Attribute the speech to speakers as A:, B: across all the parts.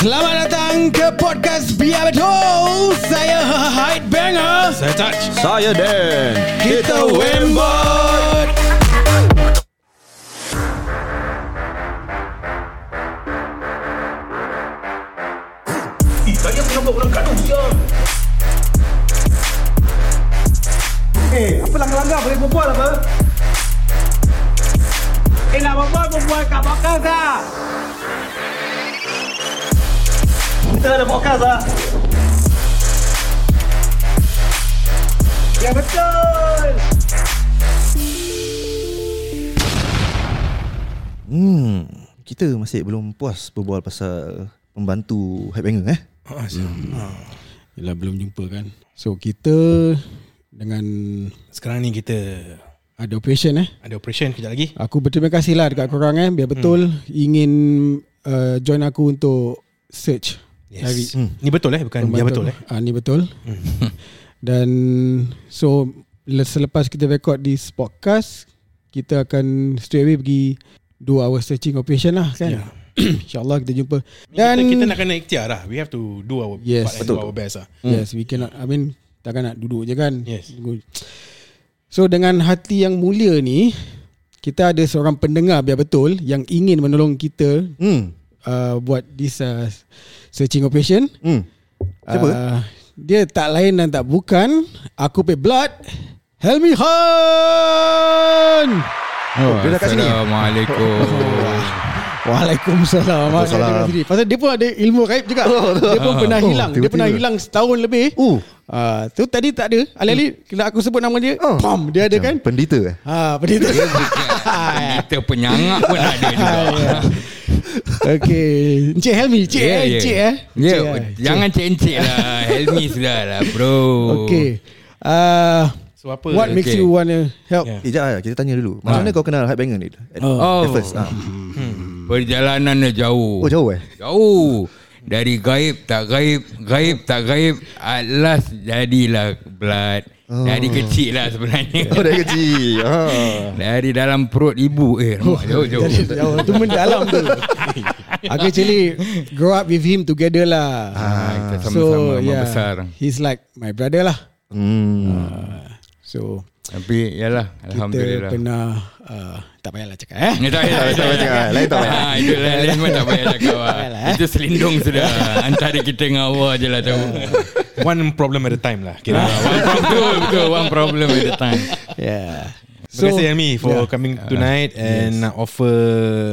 A: Selamat datang ke podcast Biar Betul Saya Hyde Banger
B: Saya touch
C: Saya Dan
A: Kita Wimbot
D: Saya menambah orang gaduh dia. Eh, apa langgar-langgar boleh berbual apa? Eh, nak berbual, berbual kat podcast lah. Kita ada podcast lah. Ya betul.
C: Hmm Kita masih belum puas berbual pasal Pembantu Headbanger eh
B: ah, hmm. Yelah belum jumpa kan So kita Dengan
E: Sekarang ni kita
B: Ada operation eh
E: ada operation kejap lagi.
B: Aku berterima kasih lah dekat korang eh Biar betul hmm. Ingin uh, Join aku untuk Search Cari
E: Yes. Hmm. Ni betul eh bukan ya betul eh.
B: ah, Ni betul Dan So le- Selepas kita record this podcast Kita akan Straight away pergi Do our searching operation lah kan yeah. InsyaAllah kita jumpa
E: Dan Ya. kita, kita nak kena ikhtiar lah. We have to do our
B: Yes,
E: part and
B: betul.
E: do our best lah.
B: Yes, we cannot. I mean, takkan nak duduk je kan.
E: Yes.
B: Tunggu. So dengan hati yang mulia ni, kita ada seorang pendengar biar betul yang ingin menolong kita
C: Hmm
B: uh, buat this uh, searching operation.
C: Hmm Siapa?
B: Uh, dia tak lain dan tak bukan Aku Pay Blood Helmi Khan
C: Oh, dia dah kat sini
F: Assalamualaikum.
B: Waalaikumsalam
C: Waalaikumsalam.
B: Waalaikumsalam. Pasal dia pun ada ilmu gaib juga oh, Dia pun pernah
C: Oh,
B: hilang Dia
C: tiba-tiba.
B: pernah hilang setahun lebih
C: Oh. Hmm.
B: Ah, tu tadi tak ada. Alih-alih kena aku sebut nama dia, oh. pam dia ada kan?
C: Pendeta eh
B: Ha, pendeta.
F: Kita penyangak pun ada juga.
B: Ah, ya. Okey, Encik Helmi, Encik yeah, eh, Encik eh.
F: Ya,
B: Encik, eh, Encik.
F: jangan cik-cik lah. Helmi sudah lah, bro.
B: Okey. Uh,
E: So apa?
B: what makes
F: Okey. Ya.
B: you want to help?
E: Yeah.
C: Eh jap lah Kita tanya dulu Macam mana kau kenal Headbanger ni At,
F: Oh.
C: at first ah.
F: Perjalanan dia jauh.
C: Oh jauh eh
F: Jauh. Dari gaib tak gaib, gaib tak gaib, at last jadilah blood.
B: Oh.
F: Dari kecil lah sebenarnya.
C: Oh dari kecil ah.
F: Dari dalam perut ibu Eh rumah jauh-jauh
B: Jauh tu mendalam tu. Aku actually grow up with him together lah.
F: Ah, kita sama-sama membesar.
B: He's like my brother lah.
C: Hmm
B: So
F: Tapi yalah
B: kita
F: Alhamdulillah
B: pernah uh, tak payahlah cakap eh.
F: Ya, tak payah, tak payah cakap.
C: Lain tak payah.
F: Ah, itu lain lain pun tak payah cakap.
B: Tak payah lah, eh.
F: Itu selindung sudah. Antara kita dengan awak je lah tahu.
E: One problem at a time lah. Kira.
F: Ah, one problem betul. One problem at a time.
B: Yeah.
E: Terima kasih Helmi for coming tonight and yes. offer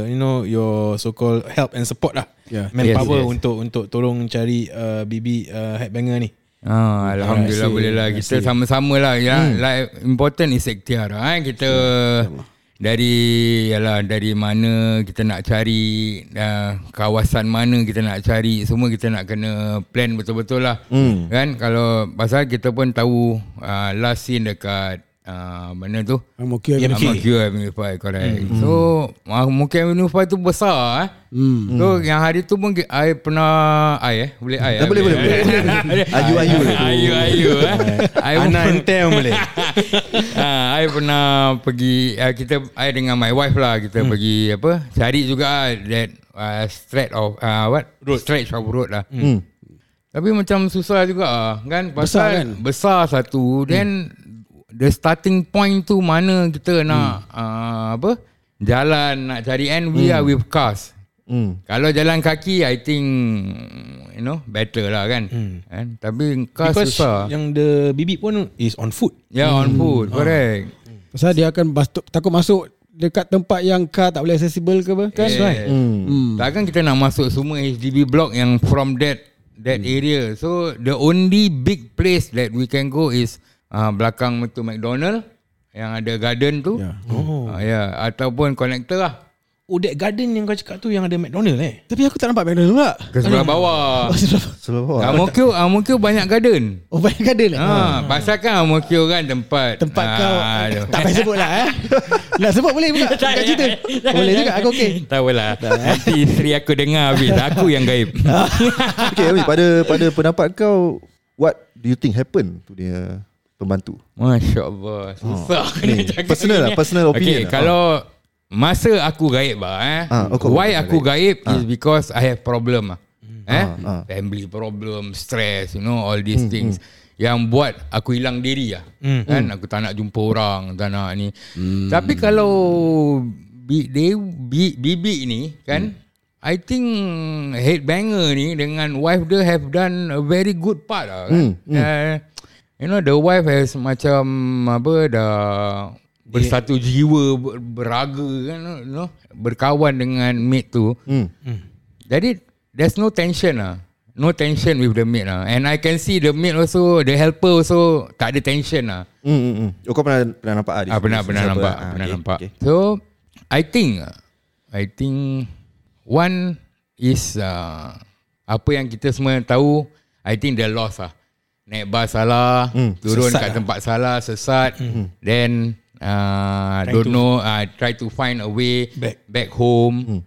E: you know your so called help and support lah.
B: Yeah.
E: Manpower
F: Yes, yes.
E: untuk untuk tolong cari uh, bibi uh, headbanger ni.
F: Ah, Alhamdulillah boleh lah Kita sama-sama lah ya. Like, Important is ikhtiar eh. Kita Dari yalah, Dari mana Kita nak cari uh, Kawasan mana Kita nak cari Semua kita nak kena Plan betul-betul lah hmm. Kan Kalau Pasal kita pun tahu uh, Last scene dekat uh, Mana tu
B: I'm okay.
E: Yeah,
B: Yeah,
E: Okey.
F: Ang Mokyo Avenue 5 Correct mm. So Ang Mokyo Avenue 5 tu besar eh. Mm. So yang hari tu pun ki- I pernah I eh Boleh I eh?
C: Boleh, boleh, boleh. Ayu, ayu.
F: Ayu ayu eh. I pun-
E: Anak ente pun boleh.
F: Ah, I pernah pergi ah, kita I dengan my wife lah kita hmm. pergi apa cari juga ah, that uh, stretch of uh, what road. stretch of road lah. Hmm. Tapi macam susah juga ah,
B: Besar
F: kan pasal besar, kan? besar satu hmm. then the starting point tu mana kita nak hmm. uh, apa jalan nak cari and we are with cars.
C: Hmm
F: Kalau jalan kaki I think you know better lah kan. Hmm. kan? Tapi cars
E: Because
F: susah.
E: yang the bibi pun is on foot.
F: Ya yeah, on food correct.
B: Pasal dia akan bastuk, takut masuk dekat tempat yang car tak boleh accessible ke apa kan?
F: That's right. Hmm. Takkan kita nak masuk semua HDB block yang from that that hmm. area. So the only big place that we can go is uh, belakang tu McDonald yang ada garden tu.
B: Ya.
F: Yeah. Oh. Uh, yeah. ataupun connector lah.
E: Oh that garden yang kau cakap tu yang ada McDonald eh.
B: Tapi aku tak nampak McDonald's pula.
F: Ke sebelah bawah.
C: Selamat
F: Amokyo Amokyo banyak garden.
B: Oh banyak garden eh?
F: Ha, pasal kan Amokyo kan tempat
B: Tempat
F: Ah,
B: kau
F: aduh.
B: Tak payah sebut lah eh Nak sebut boleh buka Buka cerita Boleh juga aku okey eh.
F: Tak apalah Nanti isteri aku dengar habis Aku yang gaib
C: Okay Ami pada, pada pendapat kau What do you think happen Tu dia Pembantu
F: Masya Allah Susah oh,
C: Ha. ni, personal lah, personal opinion
F: okay,
C: lah.
F: Kalau Masa aku gaib lah eh,
C: Ah, kau-
F: Why aku gaib, Is because I have problem lah eh?
C: Ah, Hmm, ah.
F: Family problem, stress, you know, all these things yang buat aku hilang diri lah. Kan aku tak nak jumpa orang, tak nak ni.
C: Hmm.
F: Tapi kalau bi, they, bi, bibi ni kan
C: Hmm.
F: I think headbanger ni dengan wife dia have done a very good part lah
C: Hmm,
F: kan. Uh, you know the wife has macam apa dah bersatu jiwa ber- beraga kan you know berkawan dengan mate tu
C: Hmm.
F: jadi there's no tension lah no tension with the mate lah and I can see the mate also the helper also tak ada tension lah
C: Hmm, hmm, hmm. Oh, kau pernah pernah nampak ah? di
F: ah,
C: situ?
F: pernah pernah
C: Siapa?
F: nampak
C: Ah,
F: pernah
C: okay,
F: nampak
C: okay.
F: so I think ah, I think one is uh, apa yang kita semua tahu I think the loss lah naik bas salah
C: Hmm,
F: turun
E: sesat
F: kat
E: lah.
F: tempat salah sesat then uh,
E: Trying
F: don't
E: to-
F: know uh, try to find a way
E: Back.
F: back home
C: Hmm.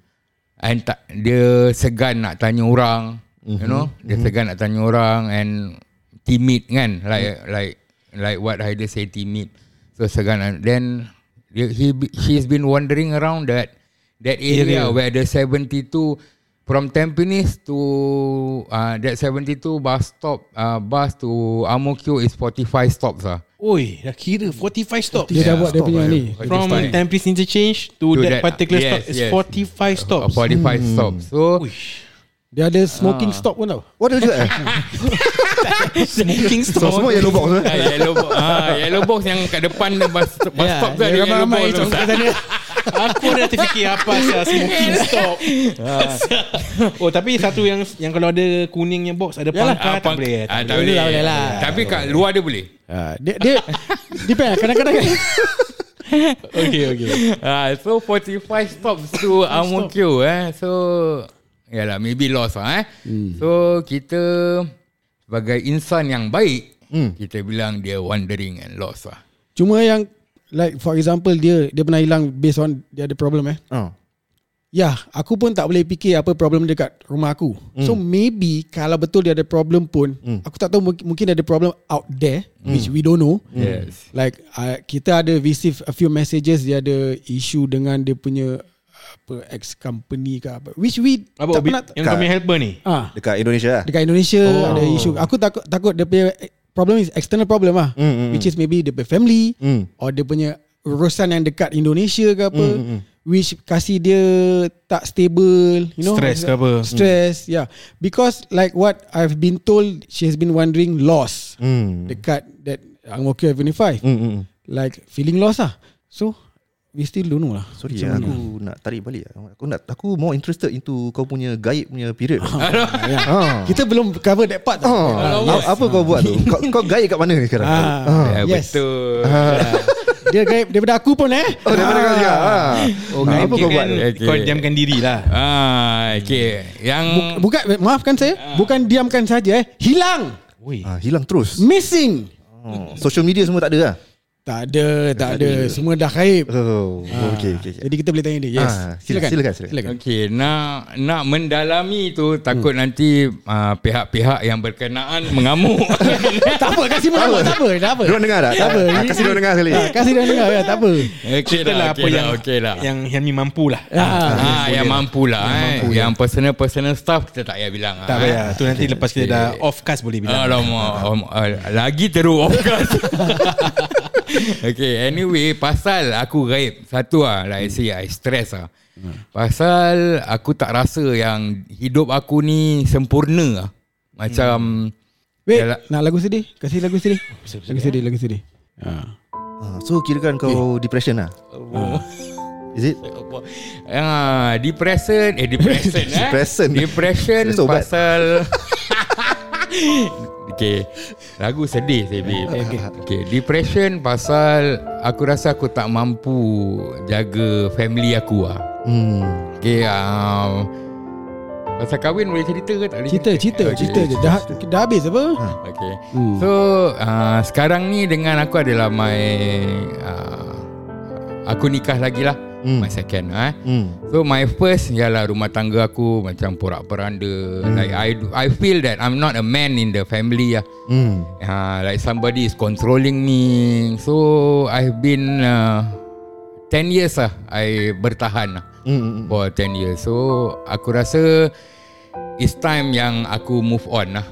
F: and tak, dia segan nak tanya orang you
E: Mhm.
F: know dia segan nak tanya orang and timid kan like like like what Haider say timid so segan and then dia- he be- she's been wandering around that that area
E: Area.
F: where the 72 from Tampines to uh, that 72 bus stop uh, bus to Amokyo is 45 stops ah
E: Oi, dah
F: Hmm.
E: kira 45 stop.
B: Dia dah buat dia punya
F: lah.
B: ni.
E: From
F: 45.
E: Tampines Interchange to,
F: To
E: that,
F: that,
E: particular
F: yes,
E: stop is
F: yes.
E: 45
F: Uh,
E: stops.
F: 45 stops so
E: Uish.
B: Dia ada smoking stop pun tau.
C: What ada juga eh?
E: Smoking
C: So, semua yellow box eh?
F: Ah, yellow box. Ah, yellow box yang kat depan bus, bus
E: Ya,
F: stop tu ada
E: dia
F: yellow
E: ramai-ramai
F: box. tu.
E: comel kat sana. Aku dah terfikir apa sah smoking stop. oh tapi satu yang yang kalau ada kuningnya box ada
F: Ah. Yalah.
E: pangkat
F: Ah,
E: tak
F: pang-
E: boleh. eh?
F: Ah, tak
E: boleh.
F: boleh.
B: Tak boleh lah.
F: Tapi kat luar dia boleh.
E: Ah.
B: Ha, dia dia depend lah. kadang-kadang
E: Okay okay.
F: Ah, so 45 stops to Amokyo eh. So yalah maybe lost lah eh. So kita sebagai insan yang baik kita bilang dia wandering and lost lah.
B: Cuma yang like for example dia dia pernah hilang based on dia ada problem eh.
C: Oh.
B: Ya, aku pun tak boleh fikir apa problem dia kat rumah aku. So
E: Hmm.
B: maybe kalau betul dia ada problem pun, aku tak tahu mungkin, mungkin ada problem out there
E: Hmm.
B: which we don't know.
F: Yes.
B: Like uh, kita ada receive a few messages dia ada issue dengan dia punya apa ex company ke apa which we
E: Apa
B: tak
E: Obi,
B: pernah
E: yang kami helper ni?
B: ah
C: Dekat Indonesia lah.
B: dekat Indonesia oh. ada isu. Aku takut takut dia punya problem is external problem lah. Mm, mm, which is maybe dia punya family
C: Hmm.
B: or dia punya urusan yang dekat Indonesia ke apa mm, mm. which kasi dia tak stable, you know.
E: Stress ke apa.
B: Stress, yeah. Because like what I've been told she has been wondering loss
C: Hmm.
B: dekat that Ang Mo Kio Avenue 5.
C: Hmm, hmm, hmm.
B: Like feeling lost lah. So we still don't know lah.
C: Sorry
B: Macam
C: ya,
B: mana.
C: aku nak tarik balik lah. Aku nak aku more interested into kau punya gaib punya period. Ah.
B: Kita belum cover that part. tau.
C: Ah. A- apa kau buat tu? Kau, kau gaib kat mana ni sekarang?
B: Ah,
C: Oh.
F: Ya,
B: yes.
F: Betul.
B: Dia gaib daripada aku pun eh.
C: Oh, daripada kau juga. Ah.
E: Oh,
C: Ah, apa
E: kau
C: kau buat? tu?
F: Okay.
E: Kau diamkan diri lah.
F: Ah, okay. Yang
B: Bukan maafkan saya, bukan diamkan saja eh. Hilang,
E: Oi.
F: lah,
C: Ah, hilang terus.
B: missing.
C: Oh. Social media semua tak ada lah.
B: Tak ada, tak ada. Semua dah gaib.
C: Oh, okey okey. okey.
B: Jadi kita boleh tanya dia. Yes.
C: Ah, silakan,
B: silakan.
C: silakan, silakan.
F: Okey, nak nak mendalami tu takut nanti uh, pihak-pihak yang berkenaan mengamuk.
B: tak apa, kasih mengamuk, tak apa, tak apa.
C: Dia orang dengar tak?
B: Tak apa.
C: Ah, kasih dia orang dengar sekali.
B: Ah, kasih dia dengar ya, tak apa.
F: Okey
E: Kita
F: lah,
E: lah apa
F: okey lah,
E: yang
F: okey lah. Yang,
E: yang Helmi mampu lah.
B: Ah,
F: ah, yang mampu lah. Yang, eh. yang personal personal stuff kita tak payah bilang.
E: Tak
F: ah,
E: payah.
F: eh.
E: Tu nanti lepas kita dah off cast boleh bilang.
F: Alamak, om, ah, lagi teruk of course. okay, anyway, pasal aku gaib. Satu lah, like I say, I stress lah. Pasal aku tak rasa yang hidup aku ni sempurna lah. Macam...
B: Wait,
F: Yalah.
B: nak lagu sedih? Kasih lagu sedih. Lagu sedih, lagu sedih. Ah.
C: Ah, so kirakan kau depression lah. Is it?
F: Ah, depression eh depression eh.
C: Depression.
F: Depression
C: Rasa ubat.
F: pasal Okay Lagu sedih saya babe okay. okay Depression pasal Aku rasa aku tak mampu Jaga family aku lah
C: Hmm.
F: Okay um, Pasal kahwin boleh cerita ke tak boleh
B: Cerita, cerita,
F: Okay.
B: cerita je. Dah dah habis apa?
F: Okay.
B: Hmm.
F: So uh, sekarang ni dengan aku adalah my uh, aku nikah lagi lah.
C: Hmm.
F: My second eh.
C: Hmm.
F: So my first ialah rumah tangga aku macam porak-peranda. Hmm. Like I I feel that I'm not a man in the family lah.
C: Hmm.
F: Uh, like somebody is controlling me. So I've been uh, 10 years lah I ah, bertahan lah
C: Hmm.
F: for 10 years. So aku rasa it's time yang aku move on lah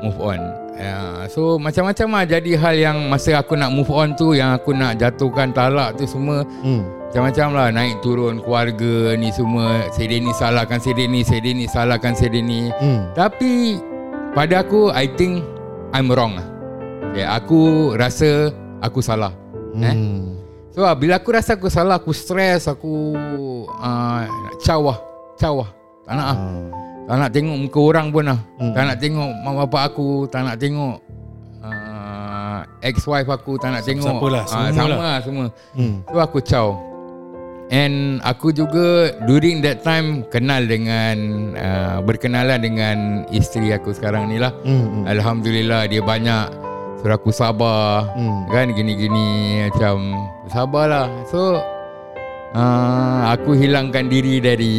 F: move on uh, so macam-macam lah jadi hal yang masa aku nak move on tu yang aku nak jatuhkan talak tu semua
C: Hmm.
F: macam-macam lah naik turun keluarga ni semua sedih ni salahkan sedih ni sedih ni salahkan sedih ni
C: Hmm.
F: tapi pada aku I think I'm wrong lah okay, aku rasa aku salah hmm. eh
C: Hmm.
F: So ah, bila aku rasa aku salah Aku stres Aku uh, Cawah Cawah Tak nak ah.
E: Hmm.
F: Tak nak tengok muka orang pun lah
C: Hmm.
F: hmm. Tak nak tengok mak bapak aku Tak nak tengok uh, Ex-wife aku Tak nak tengok
E: siapa lah,
F: Ah,
E: semua
F: Sama
E: lah.
F: lah semua
C: Hmm.
F: So aku caw And aku juga During that time Kenal dengan uh, Berkenalan dengan Isteri aku sekarang ni lah
C: Hmm. Hmm.
F: Alhamdulillah dia banyak Suruh aku sabar
C: Hmm.
F: hmm. Kan gini-gini Macam Sabarlah So uh, Aku hilangkan diri dari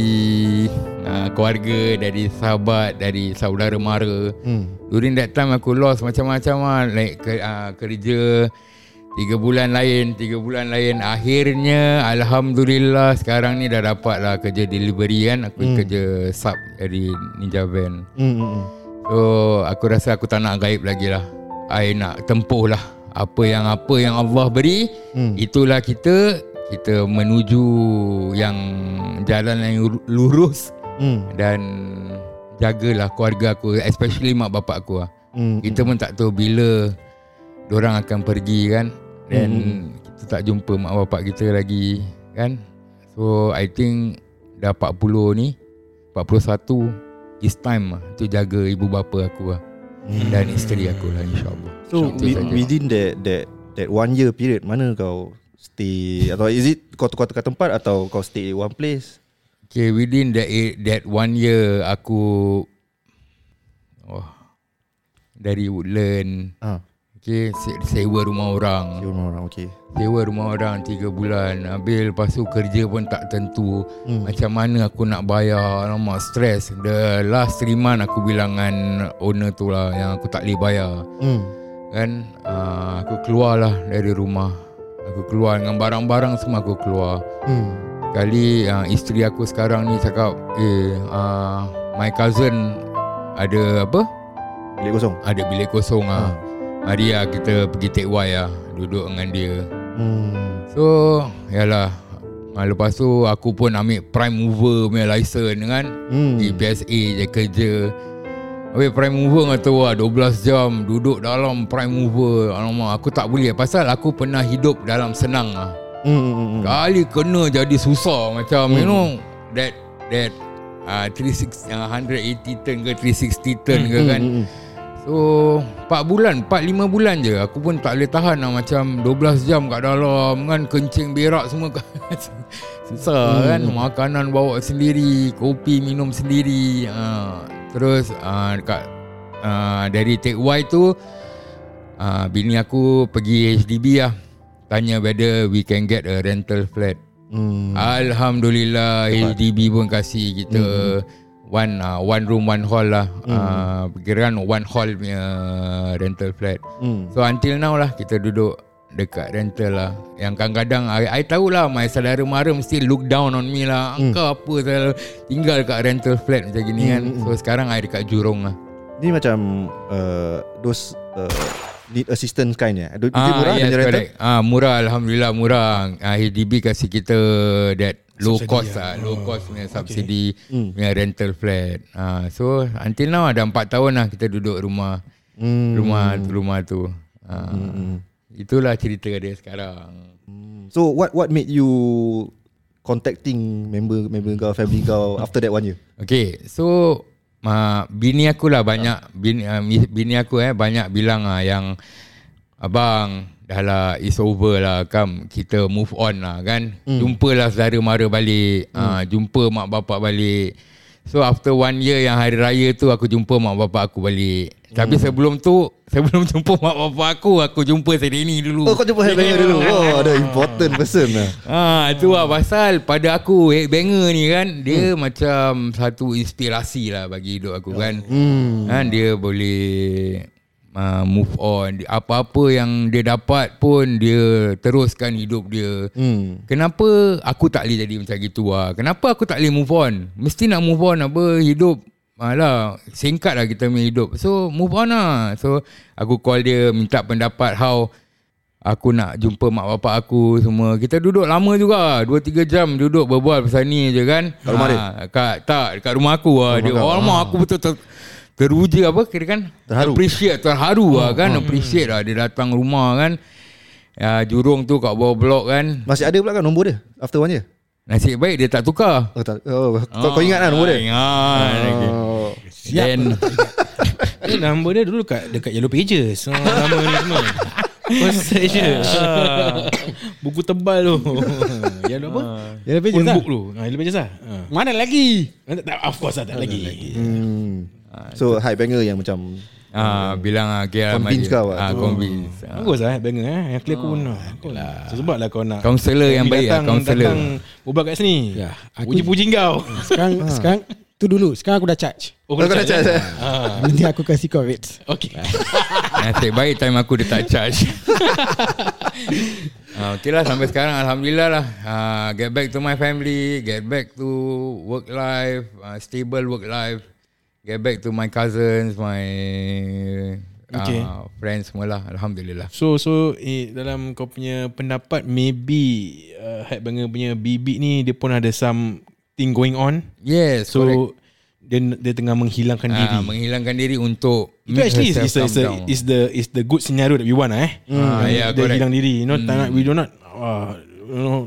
F: uh, Keluarga Dari sahabat Dari saudara mara
C: Hmm.
F: During that time aku lost Macam-macam lah Like ke, uh, kerja Tiga bulan lain Tiga bulan lain Akhirnya Alhamdulillah Sekarang ni dah dapat lah Kerja delivery kan Aku
C: Hmm.
F: hmm. kerja sub Dari Ninja Van
C: Hmm. Hmm.
F: So aku rasa aku tak nak gaib lagi lah I nak tempuh lah Apa yang apa yang Allah beri
C: Hmm.
F: hmm. Itulah kita Kita menuju yang jalan yang lur- lurus
C: Hmm.
F: Dan jagalah keluarga aku Especially mak bapak aku lah
C: Hmm.
F: Kita pun tak tahu bila Diorang akan pergi kan Dan kita tak jumpa mak bapak kita lagi kan So I think dah 40 ni 41 It's time lah Untuk jaga ibu bapa aku lah Dan isteri aku lah insyaAllah
C: So
F: Itu
C: wi-
F: saja.
C: within that that that one year period mana kau stay atau is it kau tukar-tukar tempat atau kau stay one place?
F: Okay within that eight- that one year Aku oh, Dari Woodland
C: Ah,
F: Okay se- sewa rumah orang
C: you rumah orang okay.
F: Sewa rumah orang 3 bulan Habis lepas tu kerja pun tak tentu hmm. Macam mana aku nak bayar Alamak stres The last 3 month aku bilang dengan owner tu lah Yang aku tak boleh bayar
C: Hmm.
F: Kan uh, Aku keluar lah dari rumah Aku keluar dengan barang-barang semua aku keluar
C: Hmm.
F: Kali uh, isteri aku sekarang ni cakap Eh uh, my cousin ada apa
C: Bilik kosong.
F: Ada bilik kosong lah Mari lah kita pergi take Y lah Duduk dengan dia
C: Hmm.
F: So Yalah ha, Lepas tu Aku pun ambil Prime mover punya license kan
C: Hmm.
F: hmm. Di PSA je kerja Habis prime mover kau tahu lah 12 jam Duduk dalam prime mover Alamak aku tak boleh Pasal aku pernah hidup dalam senang lah
C: Hmm. hmm, hmm.
F: hmm. Kali kena jadi susah Macam hmm. you know That That uh, 360, uh, 180 turn ke 360 turn hmm. ke kan
C: Hmm.
F: So 4 bulan 4-5 bulan je Aku pun tak boleh tahan lah Macam 12 jam kat dalam Kan kencing berak semua Susah hmm. kan Makanan bawa sendiri Kopi minum sendiri ha. Terus ha, dekat ha, Dari Take Y tu ha, Bini aku pergi HDB lah Tanya whether we can get a rental flat
C: Hmm.
F: Alhamdulillah HDB pun kasih kita one uh, one room one hall lah. Hmm. Uh, kira one hall punya rental flat.
C: Hmm.
F: So until now lah kita duduk dekat rental lah. Yang kadang-kadang I, I tahulah my saudara mara mesti look down on me lah. Engkau apa saya tinggal dekat rental flat macam gini kan. So sekarang I dekat Jurong lah.
C: Ni macam uh, those uh, need assistance kind ya. Dia
F: Ah,
C: murah
F: yes,
C: dia rental.
F: correct. Ah, murah alhamdulillah murah. Ah, HDB kasih kita that low
E: Subsidi,
F: subsidi cost
E: ah.
F: lah. low
E: Oh,
F: cost punya subsidi
C: Hmm.
F: okay. punya rental flat. Ah, so until now ada 4 tahun lah kita duduk rumah
C: Hmm.
F: rumah rumah tu. Ah, Itulah cerita dia sekarang.
C: So what what made you contacting member member kau family kau after that one year?
F: Okay, so uh, bini aku lah banyak bini, uh, bini aku eh banyak bilang ah yang abang dah lah it's over lah kam kita move on lah kan. Mm. Jumpalah saudara mara balik, mm. uh, jumpa mak bapak balik. So after one year yang hari raya tu aku jumpa mak bapak aku balik. Tapi sebelum tu sebelum jumpa mak bapak aku aku jumpa Sereni dulu.
C: Oh kau jumpa headbanger dulu. Oh ada important person lah.
F: Ha, tu lah pasal pada aku eh, banger ni kan dia hmm. macam satu inspirasi lah bagi hidup aku kan. Hmm. Kan dia boleh uh, move on. Apa-apa yang dia dapat pun dia teruskan hidup dia.
C: Hmm.
F: Kenapa aku tak boleh jadi macam gitu lah Kenapa aku tak boleh move on Mesti nak move on apa Hidup Alah Singkat lah kita punya hidup So move on lah So aku call dia Minta pendapat how Aku nak jumpa mak bapak aku semua Kita duduk lama juga 2-3 jam duduk berbual pasal ni je kan
C: Kat rumah dia?
F: kat, Tak dekat rumah aku lah Dia
C: kau.
F: alamak aku betul ter, Teruja apa kira kan
C: Terharu. Hmm,
F: Appreciate terharu lah kan Appreciate lah dia datang rumah kan ya, Jurung tu kat bawah blok kan
C: Masih ada pula kan nombor dia After one year
F: Nasib baik dia tak tukar Ah,
C: Oh, tak, oh, kau, kau ingat lah nombor dia
F: Ingat lagi.
C: oh.
F: Then
E: Eh, number dia dulu kat dekat Yellow Pages. Oh, nama ni semua. Kau search je. Buku tebal tu. Ah. Yellow apa?
B: Yellow Pages
E: Phone
B: lah.
E: book tu. Ha, Yellow Pages lah. Ha.
B: Mana lagi?
E: Tak, tak, Of course lah, tak lagi.
C: hmm. So high banger yang macam
F: Ah, bilang ah KL
C: Convince kau lah.
F: Ah,
C: Oh.
F: convince. Ah.
E: Bagus lah eh, banger eh. Yang clear pun. Betul lah. So, Sebab lah kau nak.
F: Kaunselor yang
E: Tapi
F: baik lah,
E: datang,
F: kaunselor.
E: Datang ubah kat sini.
B: Ya, aku-
E: Puji-puji kau.
B: Sekarang sekarang tu dulu. Sekarang aku dah charge.
E: Oh,
C: Kau dah cakap saya
B: Nanti aku kasih kau rates.
E: Okay.
F: Nasib baik time aku dia tak charge. ah, okay lah sampai sekarang Alhamdulillah lah. Ah, get back to my family, get back to work life, ah, stable work life. Get back to my cousins, my
E: Okay.
F: ah, friends semua lah. Alhamdulillah.
E: So so eh, dalam kau punya pendapat maybe uh, Headbanger punya bibik ni dia pun ada some thing going on.
F: Yes,
E: So
F: correct.
E: dia dia tengah menghilangkan diri.
F: Ah, menghilangkan diri untuk
E: Itu actually is, is, the- is, the,
F: calm down.
E: is the is the good scenario that we want lah eh.
F: Ah,
E: Yang
F: yeah,
E: dia
F: correct. Mm.
E: hilang diri. You know, tak nak we do not uh, you know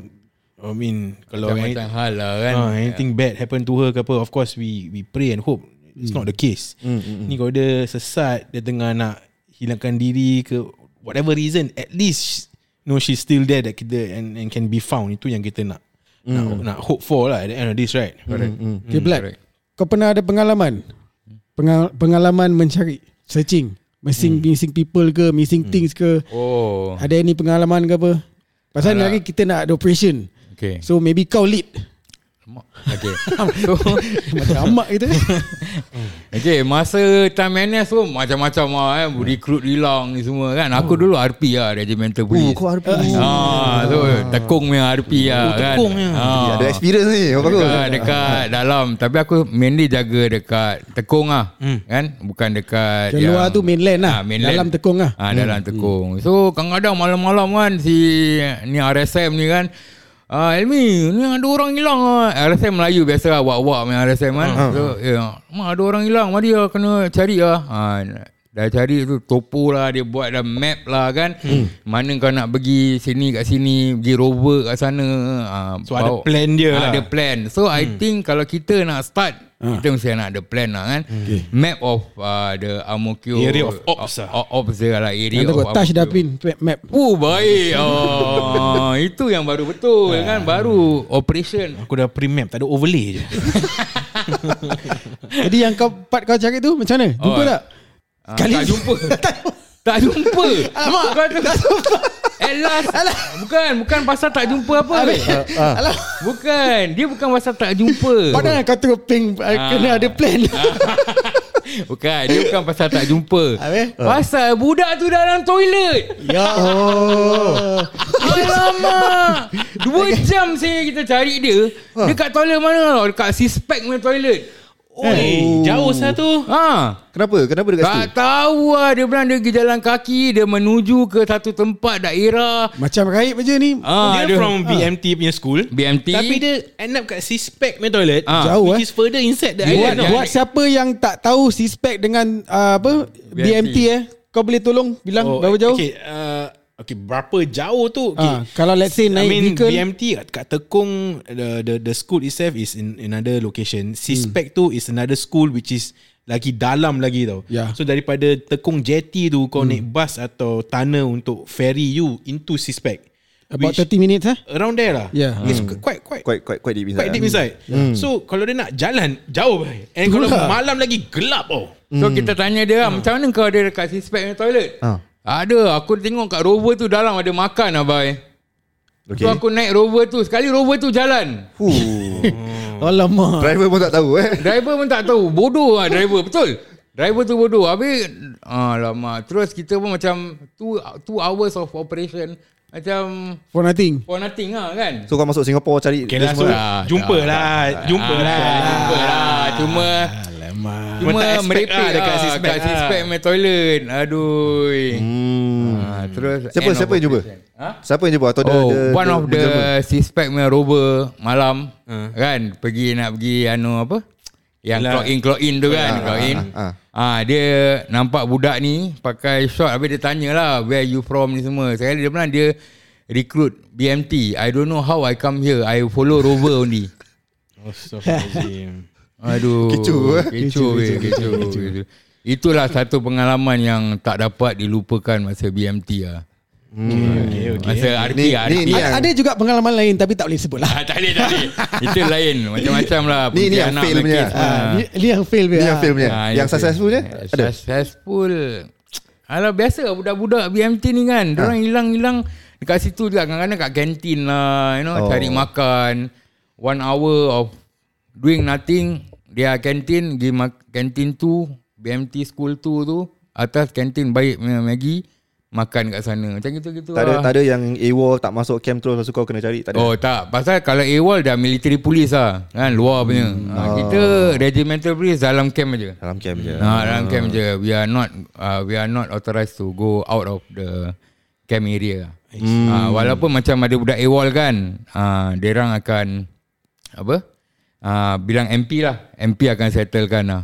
E: I mean kalau any-
F: macam hal lah kan.
E: Ah, anything bad happen to her ke apa Of course we we pray and hope It's not
F: Mm.
E: the case Ni kalau dia sesat Dia tengah nak Hilangkan diri ke Whatever reason At least No she's still there That kita And, and can be found Itu yang kita nak nak,
F: Mm.
E: nak hope for lah At the end of this right Correct
B: Okay,
F: Hmm,
B: Black. Kau pernah ada pengalaman? Pengal- pengalaman mencari, searching, missing missing people ke, missing things ke?
F: Hmm. Oh.
B: Ada any pengalaman ke apa? Pasal
F: Alah.
B: hari kita nak ada operation.
F: Okay.
B: So maybe kau lead.
F: Mak. Okay. so,
B: Macam amak kita.
F: okay, masa time NS tu macam-macam lah eh. Recruit hilang ni semua kan. Aku dulu RP lah, Regimental
C: Uh,
F: Police.
C: kau RP.
F: Ah, so tekung punya RP lah kan. Tekung ya. Ah,
C: Ada experience ni Kau bagus
F: Dekat, dekat dalam Tapi aku mainly jaga dekat Tekung lah
E: Hmm.
F: Kan Bukan dekat
B: Yang luar tu mainland lah. Dalam Tekong lah.
F: ha, Dalam tekung So kadang-kadang malam-malam kan Si ni RSM ni kan Ah, Elmi Ni ada orang hilang lah RSM Melayu biasa lah Wak-wak punya RSM kan
B: Hmm.
F: So yeah, Mak ada orang hilang Mari lah kena cari lah ha, Dah cari tu Topo lah Dia buat dah map lah kan
B: Hmm.
F: Mana kau nak pergi Sini kat sini Pergi rover kat sana ha,
E: So, ada plan dia lah.
F: Ada plan So I
E: Hmm.
F: think Kalau kita nak start Kita mesti nak ada plan lah kan Map of uh, The Amokyo
E: Area of ops lah.
F: O- Ops dia lah Area
B: Nanti kau
F: of
B: touch
F: ops
B: dah
F: dia.
B: pin map- map.
F: Oh baik oh, Itu yang baru betul
E: Ah.
F: kan Baru Operation
E: Aku dah pre-map Tak ada overlay je
B: Jadi yang kau part kau cari tu macam mana? Jumpa
F: Oh.
B: tak?
F: Ah, Tak jumpa Tak jumpa Alamak Tak jumpa At last Bukan Bukan pasal tak jumpa apa
B: Alah,
F: Bukan Dia bukan pasal tak jumpa
B: padahal kau terus ping ah, kena ada plan.
F: Bukan Dia bukan pasal tak jumpa
B: Habis?
F: Pasal budak tu dalam toilet
B: Ya. Oh.
F: Alamak Dua jam saya kita cari dia Dekat toilet mana tau? Dekat sispek punya toilet
E: Oh, eh, Jauh sah tu
F: Ha
C: Kenapa? Kenapa dekat situ?
F: Tak tahu lah Dia bilang dia pergi jalan kaki Dia menuju ke satu tempat daerah
B: Macam raib je ni.
F: Ah,
E: Oh, Dia from BMT punya school
F: BMT
E: Tapi dia end up kat C-Spec punya toilet
F: Ah.
B: Jauh, eh.
E: Which is further inside the
B: Buat,
E: island
F: Yang-
B: buat siapa yang tak tahu suspect dengan uh, apa BMT eh kau boleh tolong bilang oh, berapa jauh? Okay.
E: Okay, uh, okay berapa jauh tu? Okay.
B: Ah, kalau let's say naik
E: I mean,
B: vehicle-
E: BMT kat, kat Tekong the, the the school itself is in another
B: Hmm.
E: location. Sispek tu is another school which is lagi dalam lagi tau.
B: Yeah.
E: So daripada Tekong Jetty tu
B: Hmm.
E: kau naik bus atau tanah untuk ferry you into Sispek.
B: About Hmm.
E: Which
B: 30 minutes eh?
E: around there lah.
B: Yeah.
E: It's quite quite
C: Quite, quite, quite deep inside
E: quite deep inside. So kalau dia nak jalan jauh bhai. And kalau
B: Itulah.
E: malam lagi gelap oh.
F: So kita tanya dia lah, Macam mana kau ada dekat sispek punya toilet
C: Ah.
F: Ada Aku tengok kat rover tu dalam Ada makan abai
C: Okay
F: So aku naik rover tu Sekali rover tu jalan
C: Fuh.
B: Hmm. Alamak.
C: Driver pun tak tahu eh
F: Driver pun tak tahu Bodoh lah driver Betul Driver tu bodoh Habis Alamak Terus kita pun macam Two, two hours of operation Macam
B: For nothing.
F: For nothing lah kan
C: So kau masuk Singapore cari
E: Okay
C: dia
E: lah, so
C: semua.
F: dah,
E: jumpa
F: dah,
E: lah, jumpa lah.
F: Jumpa lah Ah, Cuma
E: Alamak.
F: Cuma
E: Mentak expect
F: merepek
E: lah
F: lah
E: dekat six pack,
F: Kat
E: ah.
F: six pack punya toilet Aduh
C: Hmm.
F: Ah, terus
C: Siapa
F: end of
C: siapa yang jumpa?
F: operation. Ha?
C: Siapa yang jumpa? Atau the,
F: Oh,
C: the,
F: one
C: the, Ha.
F: of the
C: Jerman?
F: suspect punya rover malam kan pergi nak pergi anu apa? Yang
E: Yalah.
F: clock in clock in tu kan, clock in.
C: Lah. ah,
F: Ah dia nampak budak ni pakai short habis dia tanyalah where you from ni semua. Sekali dia bilang dia recruit BMT. I don't know how I come here. I follow rover only.
E: Astaghfirullahaladzim
F: Aduh.
C: Kecoh, eh?
F: Kecoh, kecoh, kecoh, kecoh. Itulah satu pengalaman yang tak dapat dilupakan masa BMT lah.
E: Hmm. Okay okay
F: Masa RT
C: Ni-
F: lah.
C: ni-
F: RT.
C: ni
B: Ada,
C: yang-
B: ada juga pengalaman lain tapi tak boleh sebut lah.
F: Ah, tak boleh, tak boleh. Itu lain. Macam-macam lah.
C: Ni- ni yang
F: Pontianak
C: fail punya.
F: case.
B: Ha.
F: Ah.
B: Ni, ni yang fail
C: Ni
B: punya.
C: yang film ni.
F: Ah,
C: yang
F: fail.
C: successful ni? Ada.
F: Successful. Alah biasa budak-budak BMT ni kan.
C: Ah.
F: Diorang hilang-hilang dekat situ juga. Kadang-kadang kat kantin lah. You know,
C: Oh.
F: cari makan. One hour of doing nothing. Dia kantin, pergi mak- kantin tu. BMT school tu tu. Atas kantin baik punya Maggi. Makan kat sana. Macam gitu-gitu
C: Tak ada,
F: lah.
C: tak ada yang AWOL tak masuk camp terus Lepas tu kau kena cari Tak ada
F: Oh tak Pasal kalau AWOL dah military police lah Kan luar punya hmm. ha, Kita regimental police dalam camp je
C: Dalam camp je
F: ha, Dalam camp je We are not uh, We are not authorised to go out of the camp area hmm. ha, Walaupun macam ada budak AWOL kan ha, Diorang akan Apa ha, Bilang MP lah MP akan settlekan lah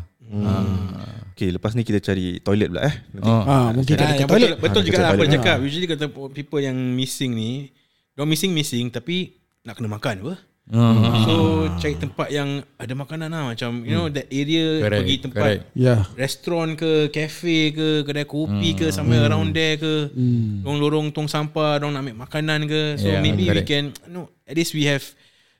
C: Okay lepas ni kita cari toilet pula eh Nanti.
F: oh.
B: Ha, mungkin tak
E: Ah,
B: dekat
E: yang
B: toilet.
E: betul, betul
C: Ah,
E: juga
C: dekat
E: lah apa
C: toilet.
E: dia cakap. Usually kata people yang missing ni, dia missing-missing tapi nak kena makan apa. So cari tempat yang ada makanan lah macam you know that area
F: Correct,
E: pergi tempat
F: correct.
B: Ya.
E: restoran ke kafe ke kedai kopi
F: Hmm.
E: ke somewhere around there ke hmm. lorong tong sampah dong nak ambil makanan ke so
F: Yeah,
E: maybe we
F: correct.
E: can no at least we have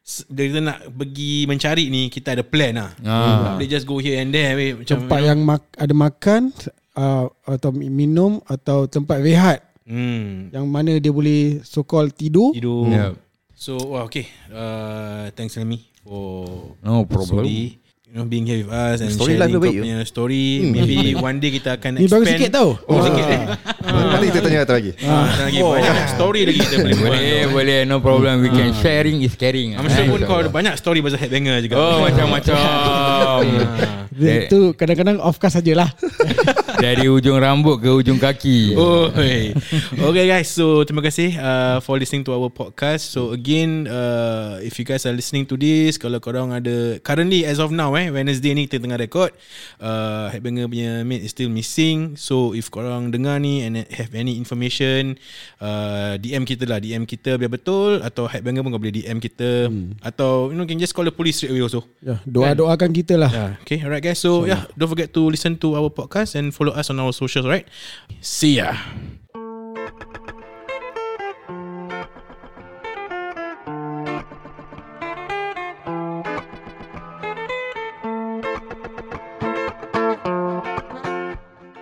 E: s- dia kata nak pergi mencari ni kita ada plan lah
F: Ah.
E: They just go here and there weh, macam
B: Tempat yang mak- ada makan uh, atau minum atau tempat rehat
E: hmm.
B: yang mana dia boleh so called tidur.
E: Tidur
F: Yeah.
E: So wah okay uh, Thanks Lami For
F: No problem.
E: Sudi, You know being here with us And
C: Story
B: lah
E: story sharing
C: live the way
E: kau
C: you.
E: punya story Maybe one day kita
B: Hmm.
E: akan
B: Ni baru
E: expand
B: sikit tau.
E: Oh
B: Ah.
E: sikit eh
C: Nanti kita tanya kata lagi
E: Ah, ada lagi banyak story lagi kita boleh buat
F: Boleh boleh No problem We can sharing is caring
E: I'm sure
F: Eh,
E: pun kau ada
F: insyaAllah.
E: banyak story pasal headbanger juga Oh,
F: Oh macam-macam
E: Hmm.
B: Dia
F: Dari-
B: Itu kadang-kadang off cast sajalah.
F: Dari ujung rambut ke ujung kaki
E: Oh, hey. okay guys. So terima kasih uh, for listening to our podcast. So again, uh, if you guys are listening to this, kalau korang ada currently as of now eh Wednesday ni kita tengah record, uh, Headbanger punya mate is still missing. So if korang dengar ni and have any information, uh, DM kita lah, DM kita biar betul atau Headbanger pun kau boleh DM kita hmm. atau you know can just call the police straight away also.
B: Ya, doa-doakan kita lah.
E: Yeah. Okay, alright guys. So yeah, don't forget to listen to our podcast and follow us on our socials, right? See ya.